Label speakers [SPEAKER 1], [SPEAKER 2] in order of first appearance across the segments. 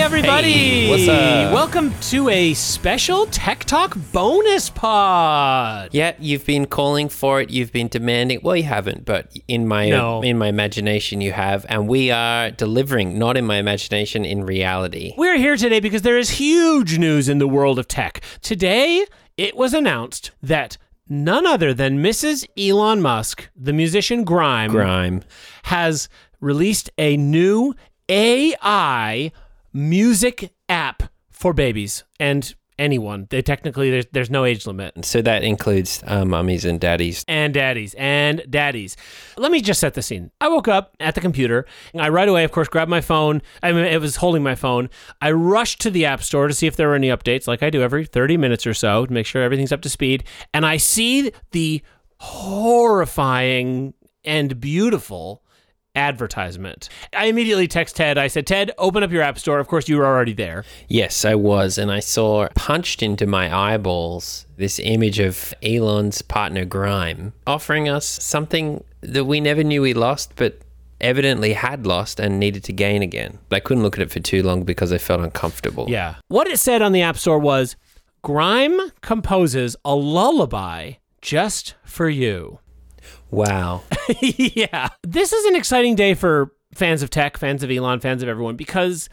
[SPEAKER 1] everybody.
[SPEAKER 2] What's up?
[SPEAKER 1] Welcome to a special Tech Talk bonus pod.
[SPEAKER 2] Yeah, you've been calling for it. You've been demanding. Well, you haven't, but in my
[SPEAKER 1] No.
[SPEAKER 2] in my imagination, you have, and we are delivering. Not in my imagination, in reality.
[SPEAKER 1] We're here today because there is huge news in the world of tech. Today, it was announced that none other than Mrs. Elon Musk, the musician Grime,
[SPEAKER 2] Grime.
[SPEAKER 1] has released a new AI music app for babies and anyone. They technically there's there's no age limit.
[SPEAKER 2] So that includes uh, mummies and daddies.
[SPEAKER 1] and daddies and daddies. Let me just set the scene. I woke up at the computer. And I right away, of course, grabbed my phone. I mean, it was holding my phone. I rushed to the app store to see if there were any updates, like I do every 30 minutes or so, to make sure everything's up to speed. And I see the horrifying and beautiful advertisement. I immediately text Ted. I said, Ted, open up your app store. Of course, you were already there.
[SPEAKER 2] Yes, I was, and I saw punched into my eyeballs this image of Elon's partner Grime offering us something that we never knew we lost, but evidently had lost and needed to gain again. But I couldn't look at it for too long because I felt uncomfortable.
[SPEAKER 1] Yeah. What it said on the App Store was Grime composes a lullaby just for you.
[SPEAKER 2] Wow.
[SPEAKER 1] yeah. This is an exciting day for fans of tech, fans of Elon, fans of everyone because,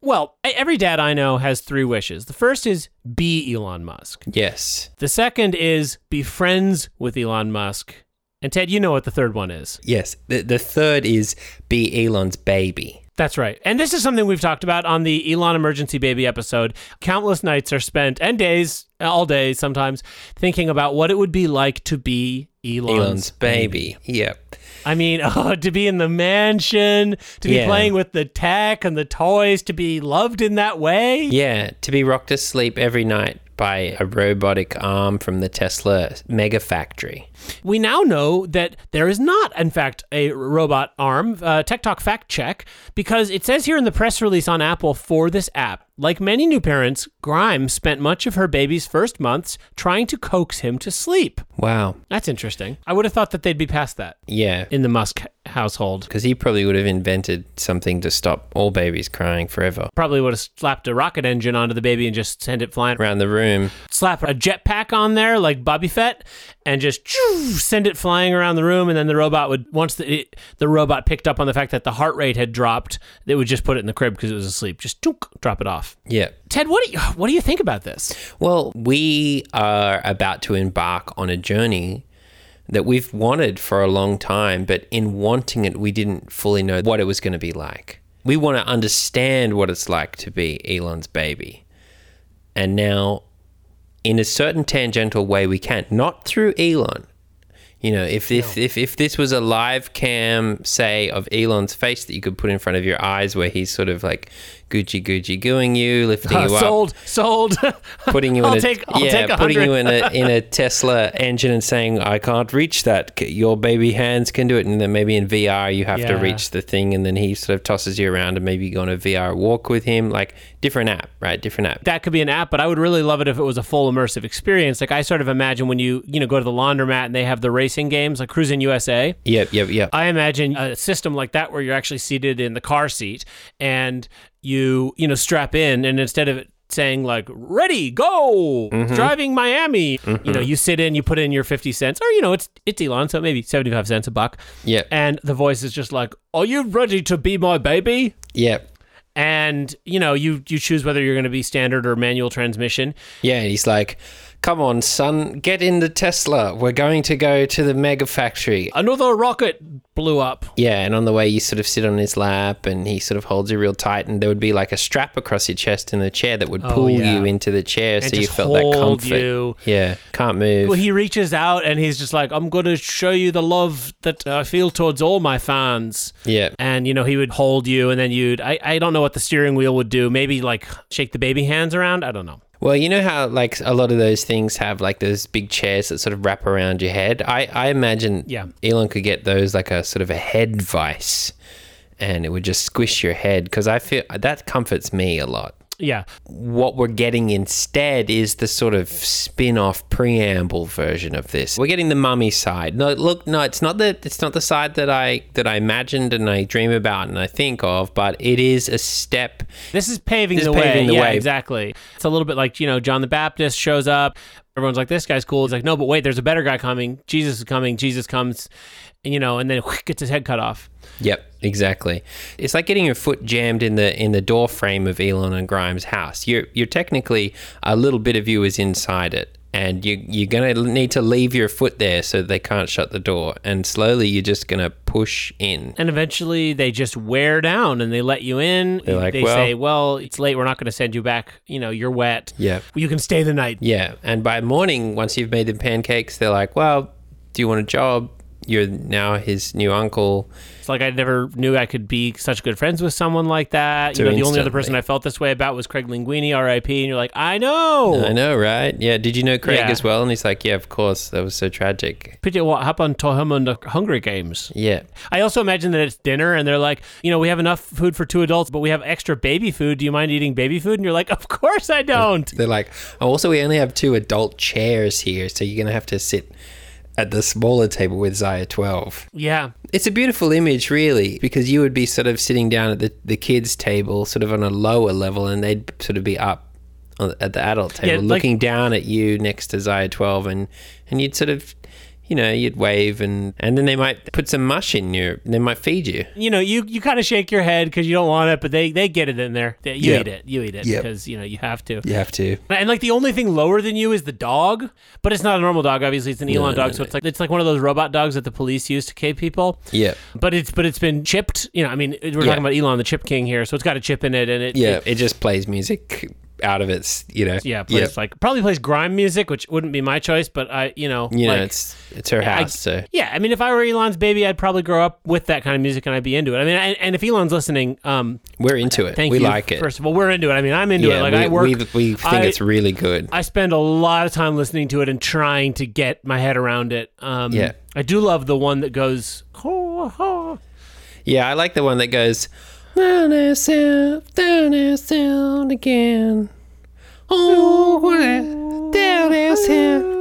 [SPEAKER 1] well, e- every dad I know has three wishes. The first is be Elon Musk,
[SPEAKER 2] yes.
[SPEAKER 1] the second is be friends with Elon Musk. And Ted, you know what the third one is.
[SPEAKER 2] Yes. The, the third is be Elon's baby.
[SPEAKER 1] That's right. And this is something we've talked about on the Elon Emergency Baby episode. Countless nights are spent and days, all day sometimes, thinking about what it would be like to be Elon's,
[SPEAKER 2] Elon's baby. Yep.
[SPEAKER 1] I mean, oh, to be in the mansion, to be
[SPEAKER 2] Yeah.
[SPEAKER 1] playing with the tech and the toys, to be loved in that way.
[SPEAKER 2] Yeah. To be rocked to sleep every night by a robotic arm from the Tesla mega factory.
[SPEAKER 1] We now know that there is not, in fact, a robot arm. Uh, Tech Talk fact check because it says here in the press release on Apple for this app. Like many new parents, Grime spent much of her baby's first months trying to coax him to sleep.
[SPEAKER 2] Wow.
[SPEAKER 1] That's interesting. I would have thought that they'd be past that
[SPEAKER 2] Yeah.
[SPEAKER 1] in the Musk household.
[SPEAKER 2] Because he probably would have invented something to stop all babies crying forever.
[SPEAKER 1] Probably would have slapped a rocket engine onto the baby and just sent it flying
[SPEAKER 2] Around the room.
[SPEAKER 1] slap a jetpack on there like Bobby Fett and just choo, send it flying around the room and then the robot would once the it, the robot picked up on the fact that the heart rate had dropped they would just put it in the crib because it was asleep just toonk, drop it off
[SPEAKER 2] Yeah.
[SPEAKER 1] Ted what do you what do you think about this
[SPEAKER 2] Well, we are about to embark on a journey that we've wanted for a long time, but in wanting it, we didn't fully know what it was going to be like. We want to understand what it's like to be Elon's baby. And now, in a certain tangential way, we can, not through Elon. You know, if, if, if, if this was a live cam, say, of Elon's face that you could put in front of your eyes where he's sort of like Gucci Gucci gooing you, lifting
[SPEAKER 1] Uh,
[SPEAKER 2] you up
[SPEAKER 1] sold sold
[SPEAKER 2] putting you
[SPEAKER 1] I'll
[SPEAKER 2] in a
[SPEAKER 1] take- I'll
[SPEAKER 2] yeah,
[SPEAKER 1] take a
[SPEAKER 2] putting you
[SPEAKER 1] hundred.
[SPEAKER 2] in a in a Tesla engine and saying I can't reach that. C- Your baby hands can do it, and then maybe in VR you have to
[SPEAKER 1] Yeah.
[SPEAKER 2] reach the thing, and then he sort of tosses you around, and maybe you go on a VR walk with him. Like different app, right? Different app.
[SPEAKER 1] that could be an app, but I would really love it if it was a full immersive experience. Like I sort of imagine when you, you know, go to the laundromat and they have the racing games like Cruising USA.
[SPEAKER 2] Yep, yep, yep.
[SPEAKER 1] I imagine a system like that where you're actually seated in the car seat and you, you know, strap in and instead of it saying like ready go
[SPEAKER 2] Mm-hmm.
[SPEAKER 1] driving miami you know you sit in you put in your 50 cents or you know it's it's elon so maybe 75 cents a buck
[SPEAKER 2] Yep,
[SPEAKER 1] and the voice is just like are you ready to be my baby
[SPEAKER 2] yep.
[SPEAKER 1] and you know you you choose whether you're going to be standard or manual transmission
[SPEAKER 2] Yeah, and he's like, "Come on, son, get in the Tesla. We're going to go to the mega factory."
[SPEAKER 1] another rocket blew up
[SPEAKER 2] Yeah, and on the way you sort of sit on his lap and he sort of holds you real tight and there would be like a strap across your chest in the chair that would pull
[SPEAKER 1] Oh, yeah.
[SPEAKER 2] you into the chair
[SPEAKER 1] and
[SPEAKER 2] so you
[SPEAKER 1] just
[SPEAKER 2] felt that
[SPEAKER 1] hold
[SPEAKER 2] comfort.
[SPEAKER 1] you
[SPEAKER 2] Yeah, can't move.
[SPEAKER 1] Well, he reaches out and he's just like, I'm going to show you the love that I feel towards all my fans.
[SPEAKER 2] yeah.
[SPEAKER 1] And, you know, he would hold you and then you'd, I, I don't know what the steering wheel would do. Maybe like shake the baby hands around. I don't know.
[SPEAKER 2] Well, you know how like a lot of those things have like those big chairs that sort of wrap around your head. I I imagine
[SPEAKER 1] Yeah.
[SPEAKER 2] Elon could get those like a sort of a head vice and it would just squish your head because I feel that comforts me a lot.
[SPEAKER 1] Yeah.
[SPEAKER 2] What we're getting instead is the sort of spin off preamble version of this. We're getting the mummy side. No, look, no, it's not the it's not the side that I that I imagined and I dream about and I think of, but it is a step
[SPEAKER 1] This is paving
[SPEAKER 2] This
[SPEAKER 1] the
[SPEAKER 2] is paving
[SPEAKER 1] way.
[SPEAKER 2] the
[SPEAKER 1] yeah,
[SPEAKER 2] way.
[SPEAKER 1] exactly. It's a little bit like, you know, John the Baptist shows up. Everyone's like, this guy's cool. He's like, no, but wait, there's a better guy coming. Jesus is coming. Jesus comes, and, you know, and then gets his head cut off.
[SPEAKER 2] Yep, exactly. It's like getting your foot jammed in the in the door frame of Elon and Grimes' house. You're you're technically a little bit of you is inside it, and you you're gonna need to leave your foot there so they can't shut the door. And slowly, you're just gonna push in.
[SPEAKER 1] And eventually they just wear down and they let you in.
[SPEAKER 2] They're like,
[SPEAKER 1] they
[SPEAKER 2] "Well-
[SPEAKER 1] say, well, it's late. We're not going to send you back. You know, you're wet.
[SPEAKER 2] Yeah.
[SPEAKER 1] You can stay the night.
[SPEAKER 2] Yeah, and by morning, once you've made the pancakes, they're like, "Well, do you want a job?" You're now his new uncle.
[SPEAKER 1] It's like I never knew I could be such good friends with someone like that.
[SPEAKER 2] So
[SPEAKER 1] you know, the only other
[SPEAKER 2] instantly.
[SPEAKER 1] person I felt this way about was Craig Linguini, RIP. And you're like, I know.
[SPEAKER 2] I know, right? Yeah. Did you know Craig
[SPEAKER 1] Yeah.
[SPEAKER 2] as well? And he's like, "Yeah, of course. That was so tragic."
[SPEAKER 1] Pretty what happened to him on the Hunger Games.
[SPEAKER 2] Yeah.
[SPEAKER 1] I also imagine that it's dinner and they're like, you know, we have enough food for two adults, but we have extra baby food. Do you mind eating baby food? And you're like, of course I don't.
[SPEAKER 2] They're like, oh, also, we only have two adult chairs here, so you're going to have to sit at the smaller table with Zaya 12.
[SPEAKER 1] Yeah.
[SPEAKER 2] It's a beautiful image, really, because you would be sort of sitting down at the, the kids' table, sort of on a lower level, and they'd sort of be up on, at the adult table,
[SPEAKER 1] Yeah, like-
[SPEAKER 2] looking down at you next to Zaya 12, and, and you'd sort of. You know, you'd wave and and then they might put some mush in you. They might feed you.
[SPEAKER 1] You know, you, you kind of shake your head because you don't want it, but they, they get it in there. They- You
[SPEAKER 2] Yeah.
[SPEAKER 1] eat it. You eat it
[SPEAKER 2] Yeah.
[SPEAKER 1] because, you know, you have to.
[SPEAKER 2] You have to.
[SPEAKER 1] And like the only thing lower than you is the dog, but it's not a normal dog. Obviously, it's an Elon dog, so it's like it's like one of those robot dogs that the police use to cave people.
[SPEAKER 2] Yeah.
[SPEAKER 1] But it's but it's been chipped. You know, I mean, we're
[SPEAKER 2] Yeah.
[SPEAKER 1] talking about Elon, the chip king here, so it's got a chip in it, and it
[SPEAKER 2] Yeah. It just plays music out of its, you know.
[SPEAKER 1] yeah, plays like probably plays grime music, which wouldn't be my choice, but I, you know,
[SPEAKER 2] You know,
[SPEAKER 1] like,
[SPEAKER 2] it's it's her
[SPEAKER 1] I-
[SPEAKER 2] house, so
[SPEAKER 1] yeah. I mean, if I were Elon's baby, I'd probably grow up with that kind of music, and I'd be into it. I mean, and, and if Elon's listening, um,
[SPEAKER 2] We're into it.
[SPEAKER 1] thank
[SPEAKER 2] we
[SPEAKER 1] you.
[SPEAKER 2] like it.
[SPEAKER 1] First of all, we're into it. I mean, I'm into it. Like
[SPEAKER 2] we,
[SPEAKER 1] I work.
[SPEAKER 2] we, we think
[SPEAKER 1] I-
[SPEAKER 2] it's really good.
[SPEAKER 1] I spend a lot of time listening to it and trying to get my head around it. Um,
[SPEAKER 2] Yeah.
[SPEAKER 1] I do love the one that goes. "Ho, ho."
[SPEAKER 2] yeah, I like the one that goes, "Down yourself, down yourself again. Oh, what- down yourself."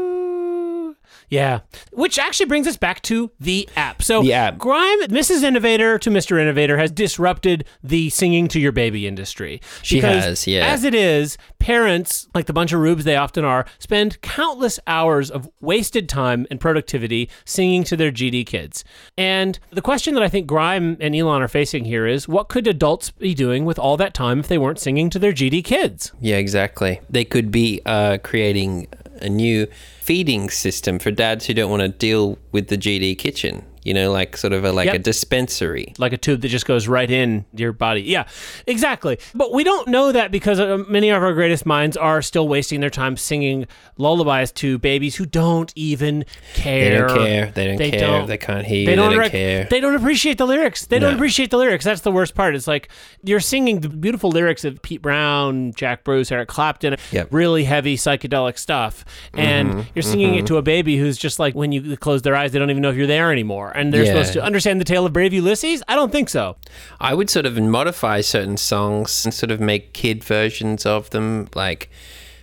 [SPEAKER 1] Yeah, which actually brings us back to the app. So,
[SPEAKER 2] The app.
[SPEAKER 1] Grime, Mrs. Innovator to Mr. Innovator has disrupted the singing to your baby industry. She
[SPEAKER 2] has, yeah.
[SPEAKER 1] As it is, parents, like the bunch of rubes they often are, spend countless hours of wasted time and productivity singing to their GD kids. And the question that I think Grime and Elon are facing here is what could adults be doing with all that time if they weren't singing to their GD kids?
[SPEAKER 2] Yeah, exactly. They could be uh, creating a new feeding system for dads who don't want to deal with the GD kitchen. You know, like sort of a, like
[SPEAKER 1] Yep.
[SPEAKER 2] a dispensary.
[SPEAKER 1] like a tube that just goes right in your body. Yeah, exactly. But we don't know that because uh, many of our greatest minds are still wasting their time singing lullabies to babies who don't even
[SPEAKER 2] They
[SPEAKER 1] care.
[SPEAKER 2] don't care. They don't
[SPEAKER 1] They
[SPEAKER 2] care.
[SPEAKER 1] don't-
[SPEAKER 2] They can't hear.
[SPEAKER 1] They
[SPEAKER 2] you,
[SPEAKER 1] don't,
[SPEAKER 2] they don't
[SPEAKER 1] rec-
[SPEAKER 2] care.
[SPEAKER 1] They don't appreciate the lyrics. They don't
[SPEAKER 2] No.
[SPEAKER 1] appreciate the lyrics. That's the worst part. It's like you're singing the beautiful lyrics of Pete Brown, Jack Bruce, Eric Clapton,
[SPEAKER 2] Yep. Mm-hmm.
[SPEAKER 1] really heavy psychedelic stuff, and you're singing it to a baby who's just like when you close their eyes, they don't even know if you're there anymore, and they're
[SPEAKER 2] Yeah.
[SPEAKER 1] supposed to understand the tale of brave Ulysses. I don't think so.
[SPEAKER 2] I would sort of modify certain songs and sort of make kid versions of them, like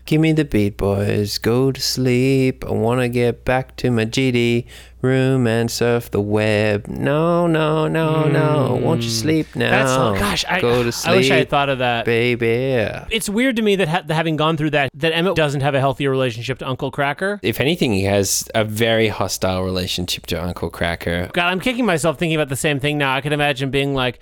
[SPEAKER 2] "Give me the beat, boys, go to sleep. I wanna get back to my GD room and surf the web. No, no, no, no. Won't you sleep now?
[SPEAKER 1] That's Hmm. gosh, I,
[SPEAKER 2] go to
[SPEAKER 1] I wish I had
[SPEAKER 2] sleep,
[SPEAKER 1] thought of that.
[SPEAKER 2] baby.
[SPEAKER 1] It's weird to me that ha- having gone through that, that Emmett doesn't have a healthier relationship to Uncle Cracker.
[SPEAKER 2] If anything, he has a very hostile relationship to Uncle Cracker.
[SPEAKER 1] God, I'm kicking myself thinking about the same thing now. I can imagine being like,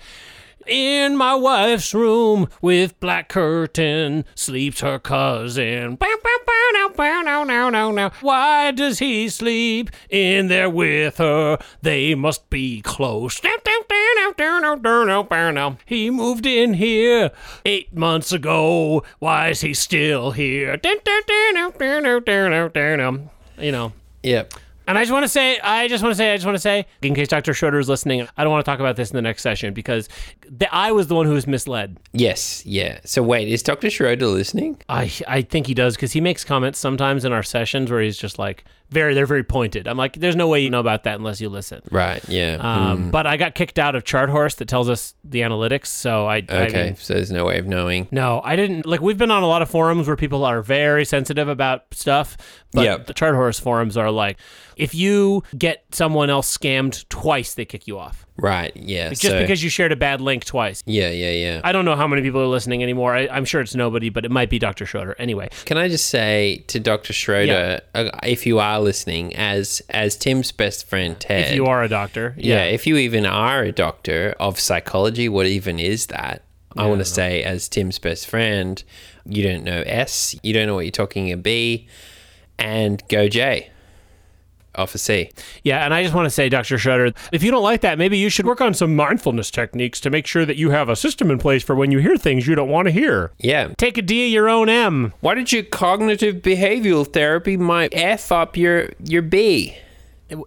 [SPEAKER 1] in my wife's room with black curtain sleeps her cousin. Bow, bow, bow, now, bow, now, now, now, now. Why does he sleep in there with her? They must be close. Dow, dow, dow, dow, dow, dow, dow, dow, bow, now. He moved in here eight months ago. Why is he still here? Dow, dow, dow, dow, dow, dow, dow, dow, dow, dow. You know.
[SPEAKER 2] Yep.
[SPEAKER 1] And I just want to say, I just want to say, I just want to say, in case Dr. Schroeder is listening, I don't want to talk about this in the next session because the, I was the one who was misled.
[SPEAKER 2] Yes. Yeah. So wait, is Doctor Schroeder listening?
[SPEAKER 1] I, I think he does because he makes comments sometimes in our sessions where he's just like, very they're very pointed. I'm like, there's no way you know about that unless you listen.
[SPEAKER 2] Right. Yeah.
[SPEAKER 1] Um, But I got kicked out of Chart Horse that tells us the analytics. So I
[SPEAKER 2] Mm.
[SPEAKER 1] I
[SPEAKER 2] okay.
[SPEAKER 1] mean,
[SPEAKER 2] so there's no way of knowing.
[SPEAKER 1] no, I didn't. Like we've been on a lot of forums where people are very sensitive about stuff, but
[SPEAKER 2] Yeah.
[SPEAKER 1] the Chart Horse forums are like, if you get someone else scammed twice, they kick you off
[SPEAKER 2] Right. Yeah.
[SPEAKER 1] just
[SPEAKER 2] so-
[SPEAKER 1] because you shared a bad link twice.
[SPEAKER 2] Yeah. Yeah. Yeah.
[SPEAKER 1] I don't know how many people are listening anymore. I, I'm sure it's nobody, but it might be Dr. Schroeder. Anyway,
[SPEAKER 2] Can I just say to Dr. Schroeder, uh if you are listening, as as Tim's best friend Ted,
[SPEAKER 1] if you are a doctor,
[SPEAKER 2] yeah, if you even are a doctor of psychology, what even is that? I want to say, as Tim's best friend, you don't know S, you don't know what you're talking about B, and go J, offer C.
[SPEAKER 1] Yeah, and I just want to say, Dr. Schroeder, if you don't like that, maybe you should work on some mindfulness techniques to make sure that you have a system in place for when you hear things you don't want to hear.
[SPEAKER 2] Yeah.
[SPEAKER 1] Take a D of your own M.
[SPEAKER 2] Why did you cognitive behavioral therapy might F up your your B?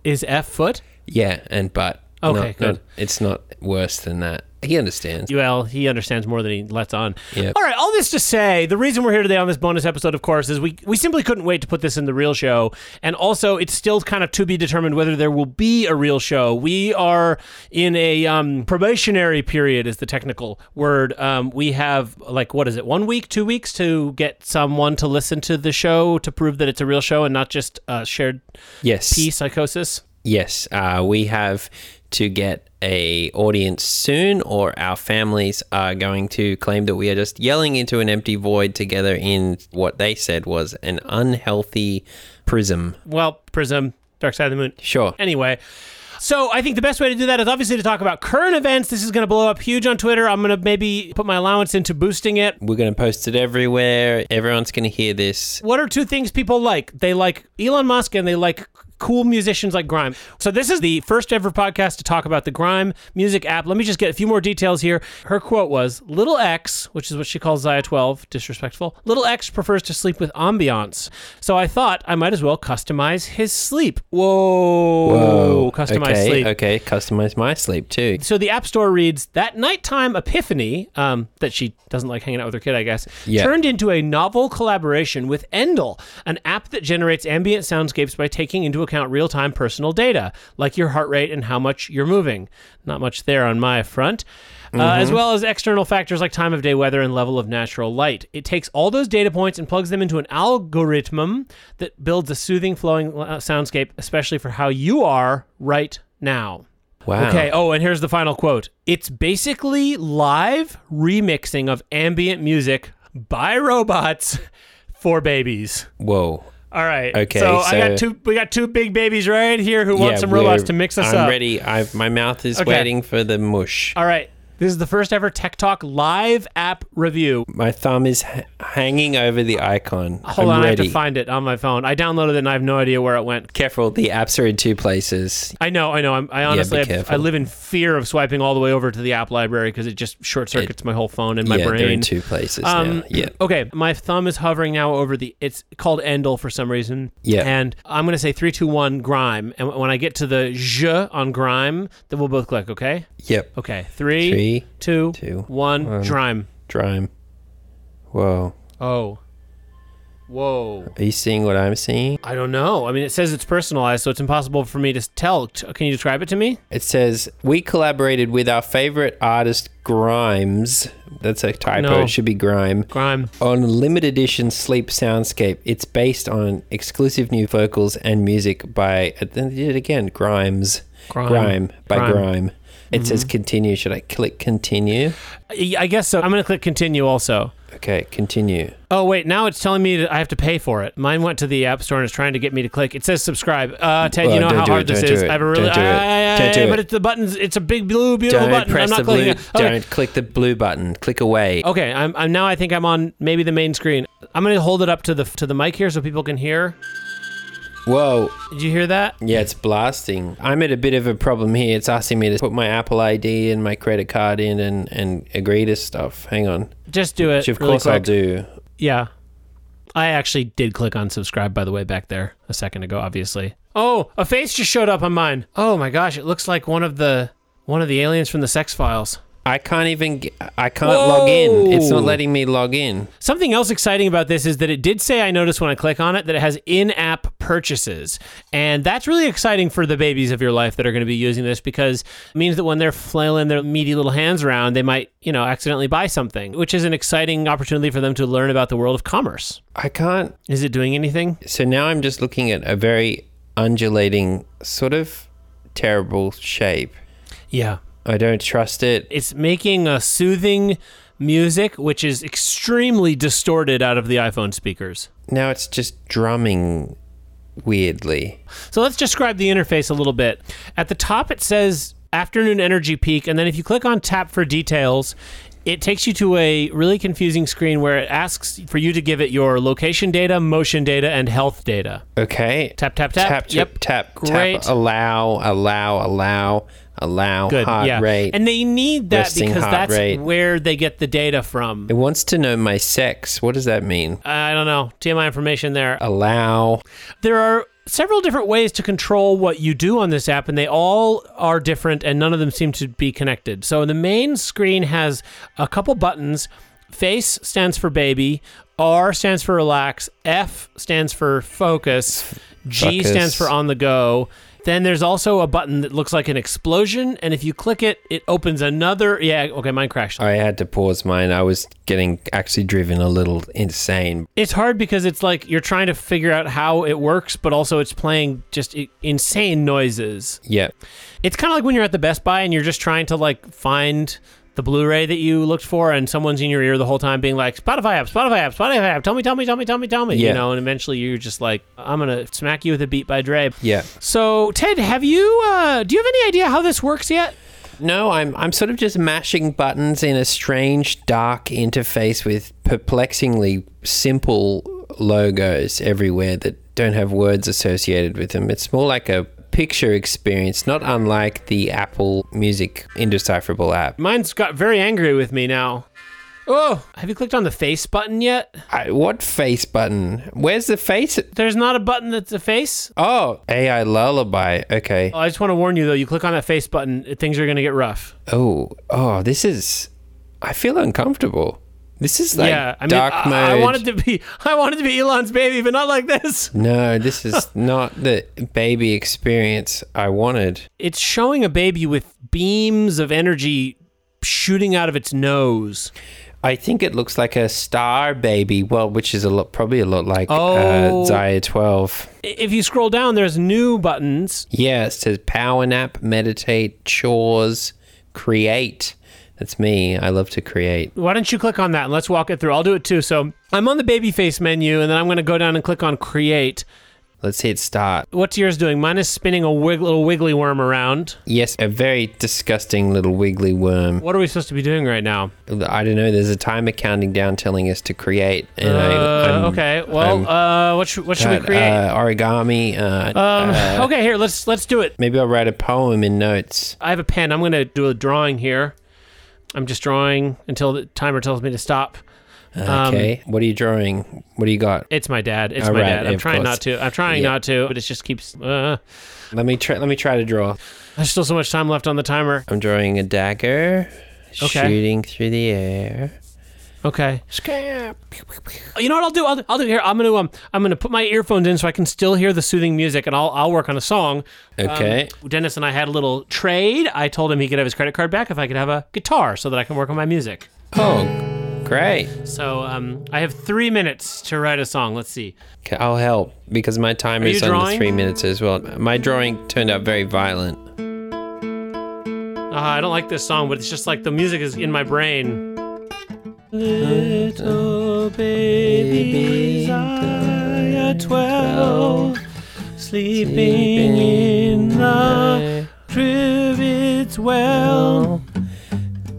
[SPEAKER 1] Is F foot?
[SPEAKER 2] Yeah, and but.
[SPEAKER 1] Okay,
[SPEAKER 2] Not-
[SPEAKER 1] good.
[SPEAKER 2] not- it's not worse than that. He understands.
[SPEAKER 1] Well, he understands more than he lets on.
[SPEAKER 2] Yep.
[SPEAKER 1] All right, all this to say, the reason we're here today on this bonus episode, of course, is we, we simply couldn't wait to put this in the real show. And also, it's still kind of to be determined whether there will be a real show. We are in a um, probationary period, is the technical word. Um, we have, like, what is it, one week, two weeks to get someone to listen to the show to prove that it's a real show and not just uh, shared
[SPEAKER 2] Yes.
[SPEAKER 1] P psychosis?
[SPEAKER 2] Yes, uh, we have to get a audience soon, or our families are going to claim that we are just yelling into an empty void together in what they said was an unhealthy prism.
[SPEAKER 1] Well, Prism, Dark Side of the Moon.
[SPEAKER 2] Sure.
[SPEAKER 1] Anyway. So I think the best way to do that is obviously to talk about current events. This is going to blow up huge on Twitter. I'm going to maybe put my allowance into boosting it.
[SPEAKER 2] We're going to post it everywhere. Everyone's going to hear this.
[SPEAKER 1] What are two things people like? They like Elon Musk and they like cool musicians like Grime. So this is the first ever podcast to talk about the Grime music app. Let me just get a few more details here. Her quote was, "Little X, which is what she calls Zaya 12, disrespectful. Little X prefers to sleep with ambiance. So I thought I might as well customize his sleep. Whoa. Customize
[SPEAKER 2] okay,
[SPEAKER 1] sleep.
[SPEAKER 2] Okay, customize my sleep too.
[SPEAKER 1] So the App Store reads that nighttime epiphany um, that she doesn't like hanging out with her kid, I guess,
[SPEAKER 2] Yeah.
[SPEAKER 1] turned into a novel collaboration with Endel, an app that generates ambient soundscapes by taking into account real time personal data, like your heart rate and how much you're moving. Not much there on my front. Uh, as well as external factors like time of day, weather, and level of natural light. It takes all those data points and plugs them into an algorithm that builds a soothing, flowing uh, soundscape, especially for how you are right now.
[SPEAKER 2] Wow.
[SPEAKER 1] Okay. Oh, and here's the final quote. It's basically live remixing of ambient music by robots for babies.
[SPEAKER 2] Whoa.
[SPEAKER 1] All right.
[SPEAKER 2] Okay,
[SPEAKER 1] So, I got
[SPEAKER 2] so-
[SPEAKER 1] two. We got two big babies right here who want some
[SPEAKER 2] we're-
[SPEAKER 1] robots to mix us
[SPEAKER 2] I'm
[SPEAKER 1] up.
[SPEAKER 2] ready. I've, my mouth is
[SPEAKER 1] Okay. Uh,
[SPEAKER 2] waiting for the mush.
[SPEAKER 1] All right. This is the first ever Tech Talk live app review.
[SPEAKER 2] My thumb is h- hanging over the icon.
[SPEAKER 1] Hold
[SPEAKER 2] I'm
[SPEAKER 1] on, I have
[SPEAKER 2] ready.
[SPEAKER 1] to find it on my phone. I downloaded it and I have no idea where it went.
[SPEAKER 2] Careful, the apps are in two places.
[SPEAKER 1] I know, I know. I'm, I honestly,
[SPEAKER 2] be
[SPEAKER 1] I- I,
[SPEAKER 2] careful.
[SPEAKER 1] live in fear of swiping all the way over to the app library because it just short circuits my whole phone and my
[SPEAKER 2] yeah,
[SPEAKER 1] brain.
[SPEAKER 2] they're in two places now. Yeah.
[SPEAKER 1] Um, Okay, my thumb is hovering now over the. It's called Endel for some reason.
[SPEAKER 2] Yeah.
[SPEAKER 1] And I'm gonna say three, two, one, grime. And when I get to the zh on grime, then we'll both click. Okay.
[SPEAKER 2] Yep.
[SPEAKER 1] Okay. Three,
[SPEAKER 2] Three,
[SPEAKER 1] two,
[SPEAKER 2] two,
[SPEAKER 1] one, grime.
[SPEAKER 2] Drime. Whoa.
[SPEAKER 1] Oh. Whoa.
[SPEAKER 2] Are you seeing what I'm seeing?
[SPEAKER 1] I don't know. I mean, it says it's personalized, so it's impossible for me to tell. T- Can you describe it to me?
[SPEAKER 2] It says we collaborated with our favorite artist Grimes. That's a typo.
[SPEAKER 1] No.
[SPEAKER 2] It should be Grime.
[SPEAKER 1] Grime.
[SPEAKER 2] On limited edition sleep soundscape. It's based on exclusive new vocals and music by uh, then they did it again. Grimes.
[SPEAKER 1] Grime.
[SPEAKER 2] by
[SPEAKER 1] Grime. Mm-hmm.
[SPEAKER 2] Grime. It says continue. Should I click continue?
[SPEAKER 1] I I guess so. I'm gonna click continue also.
[SPEAKER 2] Okay, continue.
[SPEAKER 1] Oh wait, now it's telling me that I have to pay for it. Mine went to the app store and it's trying to get me to click. It says subscribe. Uh, Ted,
[SPEAKER 2] Well,
[SPEAKER 1] you know
[SPEAKER 2] don't
[SPEAKER 1] how
[SPEAKER 2] do
[SPEAKER 1] hard
[SPEAKER 2] it,
[SPEAKER 1] this
[SPEAKER 2] don't do
[SPEAKER 1] is.
[SPEAKER 2] it,
[SPEAKER 1] I have a really,
[SPEAKER 2] don't do it,
[SPEAKER 1] I- I-
[SPEAKER 2] don't do
[SPEAKER 1] but
[SPEAKER 2] it.
[SPEAKER 1] it's the buttons. It's a big blue, beautiful
[SPEAKER 2] Don't
[SPEAKER 1] button. I'm
[SPEAKER 2] press
[SPEAKER 1] not
[SPEAKER 2] the
[SPEAKER 1] clicking.
[SPEAKER 2] blue.
[SPEAKER 1] it. Okay. Oh.
[SPEAKER 2] Don't e- click the blue button. Click away.
[SPEAKER 1] Okay, I'm, I'm now. I think I'm on maybe the main screen. I'm gonna hold it up to the to the mic here so people can hear.
[SPEAKER 2] Whoa.
[SPEAKER 1] Did you hear that?
[SPEAKER 2] Yeah, it's blasting. I'm at a bit of a problem here. It's asking me to put my Apple ID and my credit card in and, and agree to stuff. Hang on.
[SPEAKER 1] Just do it.
[SPEAKER 2] Which, of
[SPEAKER 1] really
[SPEAKER 2] course, I'll
[SPEAKER 1] quick.
[SPEAKER 2] do.
[SPEAKER 1] Yeah, I actually did click on subscribe by the way back there a second ago. Obviously. Oh, a face just showed up on mine. Oh my gosh, it looks like one of the one of the aliens from the Sex Files.
[SPEAKER 2] I can't even. Get, I can't log in. It's not
[SPEAKER 1] Whoa.
[SPEAKER 2] letting me log in.
[SPEAKER 1] Something else exciting about this is that it did say I noticed when I click on it that it has in-app purchases. And that's really exciting for the babies of your life that are going to be using this because it means that when they're flailing their meaty little hands around, they might, you know, accidentally buy something, which is an exciting opportunity for them to learn about the world of commerce.
[SPEAKER 2] I can't.
[SPEAKER 1] Is it doing anything?
[SPEAKER 2] So now I'm just looking at a very undulating, sort of terrible shape.
[SPEAKER 1] Yeah.
[SPEAKER 2] I don't trust it.
[SPEAKER 1] It's making a soothing music which is extremely distorted out of the iPhone speakers.
[SPEAKER 2] Now it's just drumming weirdly.
[SPEAKER 1] So let's describe the interface a little bit. At the top, it says afternoon energy peak. And then if you click on tap for details, it takes you to a really confusing screen where it asks for you to give it your location data, motion data, and health data.
[SPEAKER 2] Okay.
[SPEAKER 1] Tap, tap, tap.
[SPEAKER 2] Tap,
[SPEAKER 1] yep.
[SPEAKER 2] tap,
[SPEAKER 1] Great.
[SPEAKER 2] tap. Allow, allow, allow, allow.
[SPEAKER 1] Good.
[SPEAKER 2] Heart
[SPEAKER 1] yeah.
[SPEAKER 2] rate.
[SPEAKER 1] And they need that
[SPEAKER 2] Resting
[SPEAKER 1] because
[SPEAKER 2] heart
[SPEAKER 1] that's
[SPEAKER 2] rate.
[SPEAKER 1] where they get the data from.
[SPEAKER 2] it wants to know my sex. What does that mean?
[SPEAKER 1] I don't know. TMI information there.
[SPEAKER 2] Allow.
[SPEAKER 1] there are several different ways to control what you do on this app and they all are different and none of them seem to be connected so the main screen has a couple buttons face stands for baby r stands for relax f stands for focus g
[SPEAKER 2] Focus.
[SPEAKER 1] stands for on the go then there's also a button that looks like an explosion and if you click it it opens another yeah okay mine crashed
[SPEAKER 2] I had to pause mine. I was getting actually driven a little insane.
[SPEAKER 1] It's hard because it's like you're trying to figure out how it works, but also it's playing just i- insane noises.
[SPEAKER 2] Yeah.
[SPEAKER 1] It's kind of like when you're at the Best Buy and you're just trying to like find the Blu-ray that you looked for, and someone's in your ear the whole time being like, "Spotify app, Spotify app, Spotify app, tell me, tell me, tell me, tell me, tell me," you
[SPEAKER 2] Yeah.
[SPEAKER 1] know. And eventually you're just like, "I'm gonna smack you with a beat by Dre."
[SPEAKER 2] Yeah.
[SPEAKER 1] So Ted, have you? Uh, do you have any idea how this works yet?
[SPEAKER 2] No, I'm I'm sort of just mashing buttons in a strange dark interface with perplexingly simple logos everywhere that don't have words associated with them. It's more like a picture experience, not unlike the Apple Music indecipherable app.
[SPEAKER 1] Mine's got very angry with me now. Oh, have you clicked on the face button yet?
[SPEAKER 2] I, what face button? Where's the face?
[SPEAKER 1] There's not a button that's a face.
[SPEAKER 2] Oh, AI lullaby. Okay.
[SPEAKER 1] Oh, I just want to warn you though. You click on that face button, things are going to get rough.
[SPEAKER 2] Oh, oh, this is. I feel uncomfortable. This is like
[SPEAKER 1] yeah, I mean,
[SPEAKER 2] dark
[SPEAKER 1] I,
[SPEAKER 2] mode.
[SPEAKER 1] I wanted to be, I wanted to be Elon's baby, but not like this.
[SPEAKER 2] No, this is not the baby experience I wanted.
[SPEAKER 1] It's showing a baby with beams of energy shooting out of its nose.
[SPEAKER 2] I think it looks like a star baby, well, which is a lot, probably a lot like
[SPEAKER 1] Oh.
[SPEAKER 2] uh, Zaya 12.
[SPEAKER 1] I- If you scroll down, there's new buttons.
[SPEAKER 2] Yeah, it says power nap, meditate, chores, create. That's me. I love to create.
[SPEAKER 1] Why don't you click on that and let's walk it through? I'll do it too. So I'm on the baby face menu, and then I'm going to go down and click on create.
[SPEAKER 2] Let's hit start.
[SPEAKER 1] What's yours doing? Mine is spinning a wig- little wiggly worm around.
[SPEAKER 2] Yes, a very disgusting little wiggly worm.
[SPEAKER 1] What are we supposed to be doing right now?
[SPEAKER 2] I don't know. There's a timer counting down telling us to create. And I,
[SPEAKER 1] Uh,
[SPEAKER 2] I'm-
[SPEAKER 1] okay. Well, uh, what should, what should we
[SPEAKER 2] God,
[SPEAKER 1] create?
[SPEAKER 2] Uh, origami. Uh,
[SPEAKER 1] Um, okay, here let's let's do it.
[SPEAKER 2] maybe I'll write a poem in notes.
[SPEAKER 1] I have a pen. I'm gonna do a drawing here. I'm just drawing until the timer tells me to stop. Um,
[SPEAKER 2] Okay. what are you drawing? What do you got?
[SPEAKER 1] It's my dad. It's
[SPEAKER 2] All
[SPEAKER 1] my
[SPEAKER 2] right,
[SPEAKER 1] dad. I'm
[SPEAKER 2] of
[SPEAKER 1] trying
[SPEAKER 2] course.
[SPEAKER 1] not to. I'm trying
[SPEAKER 2] Yeah.
[SPEAKER 1] not to, but it just keeps. Uh,
[SPEAKER 2] Let me try. Let me try to draw.
[SPEAKER 1] there's still so much time left on the timer.
[SPEAKER 2] I'm drawing a dagger,
[SPEAKER 1] Okay.
[SPEAKER 2] shooting through the air.
[SPEAKER 1] Okay.
[SPEAKER 2] Scrap.
[SPEAKER 1] You know what I'll do? I'll, I'll do here. I'm gonna um, I'm gonna put my earphones in so I can still hear the soothing music, and I'll I'll work on a song. Um,
[SPEAKER 2] Okay.
[SPEAKER 1] Dennis and I had a little trade. I told him he could have his credit card back if I could have a guitar, so that I can work on my music.
[SPEAKER 2] oh, great.
[SPEAKER 1] So um, I have three minutes to write a song. Let's see.
[SPEAKER 2] Okay, I'll help because my time
[SPEAKER 1] you
[SPEAKER 2] is under
[SPEAKER 1] drawing?
[SPEAKER 2] three minutes as well. My drawing turned out very violent.
[SPEAKER 1] Uh, I don't like this song, but it's just like the music is in my brain. Little baby Isaiah 12, sleeping in the private's well.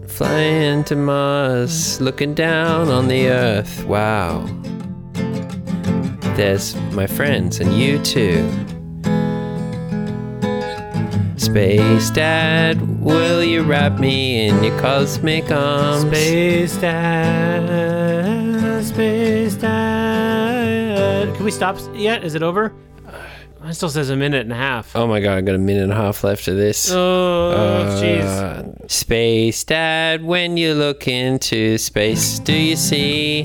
[SPEAKER 2] Flying to Mars, looking down on the Earth. Wow. There's my friends and you too. Space Dad, will you wrap me in your cosmic arms?
[SPEAKER 1] Space dad, space dad. Can we stop yet? Is it over? Mine still says a minute and a half.
[SPEAKER 2] Oh my god, I've got a minute and a half left of this.
[SPEAKER 1] Oh, jeez.
[SPEAKER 2] Uh, space Dad, when you look into space, do you see?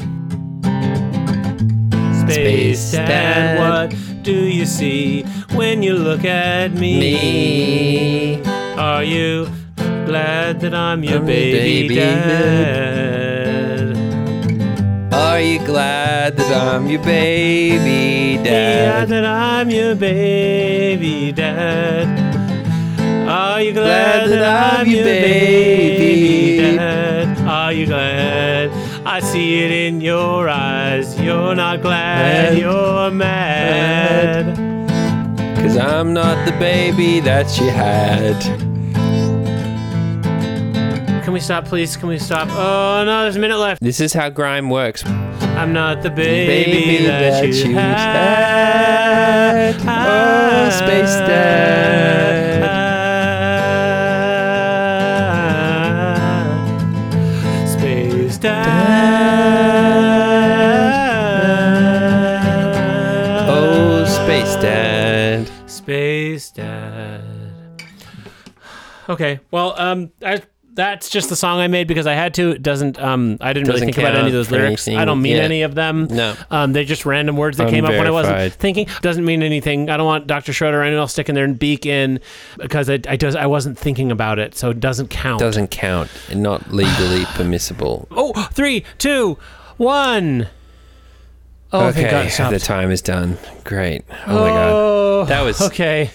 [SPEAKER 1] Space
[SPEAKER 2] Space
[SPEAKER 1] Dad,
[SPEAKER 2] Dad.
[SPEAKER 1] what do you see when you look at me?
[SPEAKER 2] Me.
[SPEAKER 1] Are you glad that I'm your
[SPEAKER 2] I'm your
[SPEAKER 1] baby,
[SPEAKER 2] baby
[SPEAKER 1] dad?
[SPEAKER 2] Are you glad that I'm your baby
[SPEAKER 1] Glad
[SPEAKER 2] dad?
[SPEAKER 1] that I'm your baby dad. Are you glad, that, I'm your baby,
[SPEAKER 2] baby
[SPEAKER 1] dad? Are you glad? I see it in your eyes. You're not glad,
[SPEAKER 2] Mad.
[SPEAKER 1] you're mad.
[SPEAKER 2] Cause I'm not the baby that you had.
[SPEAKER 1] Can we stop, please? Can we stop? Oh no, there's a minute left.
[SPEAKER 2] This is how grime works.
[SPEAKER 1] I'm not the baby,
[SPEAKER 2] Baby
[SPEAKER 1] that,
[SPEAKER 2] that
[SPEAKER 1] you
[SPEAKER 2] you
[SPEAKER 1] had.
[SPEAKER 2] had.
[SPEAKER 1] Ah.
[SPEAKER 2] Oh, Space
[SPEAKER 1] Dad. Space Dad.
[SPEAKER 2] Oh, space dad.
[SPEAKER 1] Space Dad. Okay. Well, um, I, that's just the song I made because I had to. It doesn't um, I didn't really
[SPEAKER 2] Doesn't
[SPEAKER 1] think about any of
[SPEAKER 2] count
[SPEAKER 1] those
[SPEAKER 2] for
[SPEAKER 1] lyrics.
[SPEAKER 2] anything.
[SPEAKER 1] I don't mean
[SPEAKER 2] Yeah.
[SPEAKER 1] any of them.
[SPEAKER 2] No.
[SPEAKER 1] Um, they're just random words that came up when I wasn't
[SPEAKER 2] Unverified.
[SPEAKER 1] thinking. Doesn't mean anything. I don't want Dr. Schroeder or anyone else sticking their beak in because I, I does I wasn't thinking about it, so it doesn't count.
[SPEAKER 2] Doesn't count. Not legally permissible.
[SPEAKER 1] Oh, three, two, one. Oh,
[SPEAKER 2] okay,
[SPEAKER 1] thank God it
[SPEAKER 2] the
[SPEAKER 1] stopped.
[SPEAKER 2] time is done. Great. Oh my god. That was
[SPEAKER 1] okay.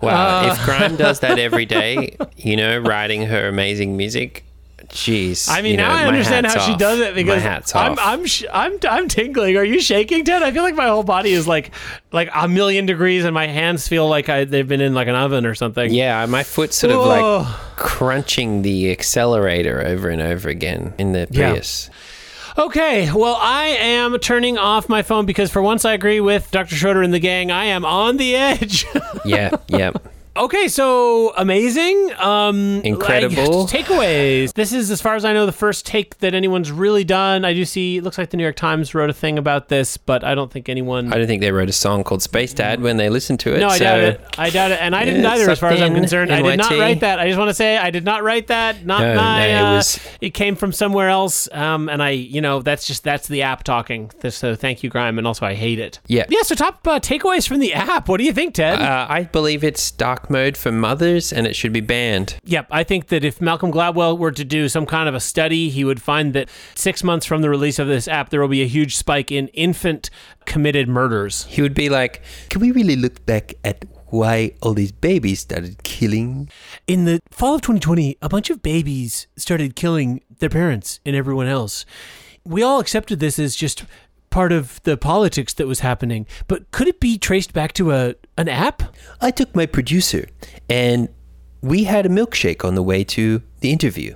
[SPEAKER 1] Ah.
[SPEAKER 2] wow. if Grime does that every day, you know, writing her amazing music. Jeez.
[SPEAKER 1] I mean,
[SPEAKER 2] you know,
[SPEAKER 1] now I
[SPEAKER 2] my
[SPEAKER 1] understand how
[SPEAKER 2] hat's
[SPEAKER 1] she
[SPEAKER 2] off.
[SPEAKER 1] does it because
[SPEAKER 2] my hat's off.
[SPEAKER 1] I'm I'm sh- I'm I'm tingling. Are you shaking, Ted? I feel like my whole body is like like a million degrees, and my hands feel like I, they've been in like an oven or something.
[SPEAKER 2] yeah, my foot's sort of
[SPEAKER 1] Whoa.
[SPEAKER 2] like crunching the accelerator over and over again in the
[SPEAKER 1] Yeah.
[SPEAKER 2] Prius.
[SPEAKER 1] Okay, well, I am turning off my phone because for once I agree with Dr. Schroeder and the gang. I am on the edge.
[SPEAKER 2] Yeah, yeah.
[SPEAKER 1] okay, so amazing, um,
[SPEAKER 2] Incredible.
[SPEAKER 1] like, takeaways. This is, as far as I know, the first take that anyone's really done. I do see. It looks like the New York Times wrote a thing about this, but I don't think anyone.
[SPEAKER 2] I don't think they wrote a song called Space Dad when they listened to it.
[SPEAKER 1] No, I
[SPEAKER 2] so
[SPEAKER 1] doubt it. I doubt it, and I didn't
[SPEAKER 2] Yeah,
[SPEAKER 1] either. As far as I'm
[SPEAKER 2] something,
[SPEAKER 1] concerned, I did not
[SPEAKER 2] NYT.
[SPEAKER 1] write that. I just want to say I did not write that. Not
[SPEAKER 2] No,
[SPEAKER 1] my.
[SPEAKER 2] no, it
[SPEAKER 1] uh,
[SPEAKER 2] was-
[SPEAKER 1] it came from somewhere else. Um, and I, you know, that's just that's the app talking. Th- So thank you, Grime, and also I hate it.
[SPEAKER 2] Yeah.
[SPEAKER 1] Yeah. So top uh, takeaways from the app. What do you think, Ted?
[SPEAKER 2] Uh, I believe it's dark mode for mothers and it should be banned.
[SPEAKER 1] Yep, I think that if Malcolm Gladwell were to do some kind of a study, he would find that six months from the release of this app, there will be a huge spike in infant committed murders.
[SPEAKER 2] He would be like, Can we really look back at why all these babies started killing?
[SPEAKER 1] In the fall of 2020, a bunch of babies started killing their parents and everyone else. We all accepted this as just part of the politics that was happening, but could it be traced back to a an app?
[SPEAKER 2] I took my producer and we had a milkshake on the way to the interview.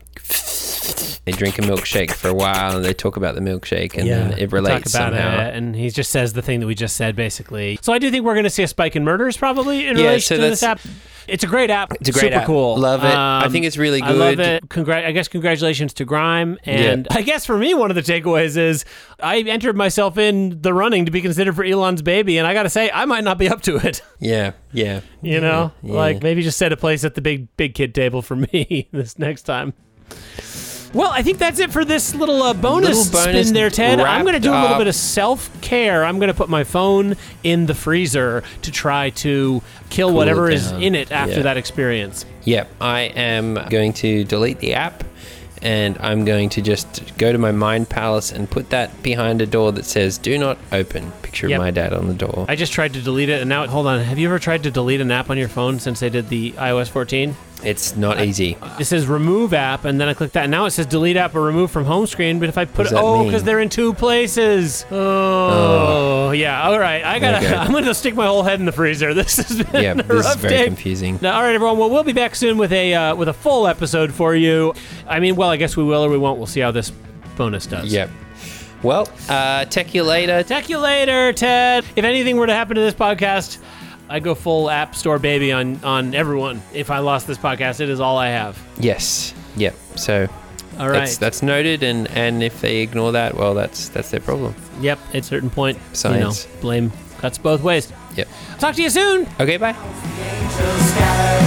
[SPEAKER 2] They drink a milkshake for a while and they talk about the milkshake and then it relates
[SPEAKER 1] talk about
[SPEAKER 2] somehow.
[SPEAKER 1] it, and he just says the thing that we just said, basically. So I do think we're going to see a spike in murders, probably in
[SPEAKER 2] Yeah,
[SPEAKER 1] relation
[SPEAKER 2] so
[SPEAKER 1] to this app.
[SPEAKER 2] that's-
[SPEAKER 1] It's a great app.
[SPEAKER 2] It's a great
[SPEAKER 1] Super
[SPEAKER 2] app.
[SPEAKER 1] cool. Um,
[SPEAKER 2] Love it. I think it's really
[SPEAKER 1] I love
[SPEAKER 2] good.
[SPEAKER 1] it. Congra- I guess congratulations to Grime. And I guess for me, one of the takeaways is I entered myself in the running to be considered for Elon's baby, and I got to say, I might not be up to it.
[SPEAKER 2] Yeah, yeah.
[SPEAKER 1] You know,
[SPEAKER 2] yeah.
[SPEAKER 1] like maybe just set a place at the big big kid table for me this next time. Well, I think that's it for this little uh, bonus,
[SPEAKER 2] Little bonus
[SPEAKER 1] spin there, Ted. I'm going to
[SPEAKER 2] wrapped
[SPEAKER 1] do a little
[SPEAKER 2] up.
[SPEAKER 1] bit of self care. I'm going to put my phone in the freezer to try to kill
[SPEAKER 2] it
[SPEAKER 1] whatever is
[SPEAKER 2] down.
[SPEAKER 1] in it after
[SPEAKER 2] Yeah.
[SPEAKER 1] that experience.
[SPEAKER 2] Yep, I am going to delete the app and I'm going to just go to my mind palace and put that behind a door that says do not open. Picture
[SPEAKER 1] Yep.
[SPEAKER 2] of my dad on the door.
[SPEAKER 1] I just tried to delete it, and now hold on. Have you ever tried to delete an app on your phone since they did the iOS 14?
[SPEAKER 2] it's not easy.
[SPEAKER 1] It says remove app, and then I click that. And now it says delete app or remove from home screen. But if I put
[SPEAKER 2] What does that
[SPEAKER 1] oh,
[SPEAKER 2] mean?
[SPEAKER 1] because they're in two places. Oh, yeah. All right, I gotta.
[SPEAKER 2] Okay.
[SPEAKER 1] I'm gonna stick my whole head in the freezer. This has been
[SPEAKER 2] yeah,
[SPEAKER 1] a
[SPEAKER 2] this is
[SPEAKER 1] rough
[SPEAKER 2] very
[SPEAKER 1] day.
[SPEAKER 2] confusing.
[SPEAKER 1] Now, all right, everyone. Well, we'll be back soon with a uh, with a full episode for you. I mean, well, I guess we will or we won't. We'll see how this bonus does.
[SPEAKER 2] Yep. Well, uh, tech you later.
[SPEAKER 1] Tech you later, Ted. If anything were to happen to this podcast, I'd go full app store baby on on everyone. If I lost this podcast, it is all I have.
[SPEAKER 2] Yes. Yep. So
[SPEAKER 1] All right.
[SPEAKER 2] that's that's noted, and and if they ignore that, well, that's that's their problem.
[SPEAKER 1] Yep, at a certain point, you know,
[SPEAKER 2] Science.
[SPEAKER 1] blame
[SPEAKER 3] That's both ways.
[SPEAKER 1] Yep.
[SPEAKER 3] Talk to you soon.
[SPEAKER 1] Okay, bye.
[SPEAKER 2] angels scatter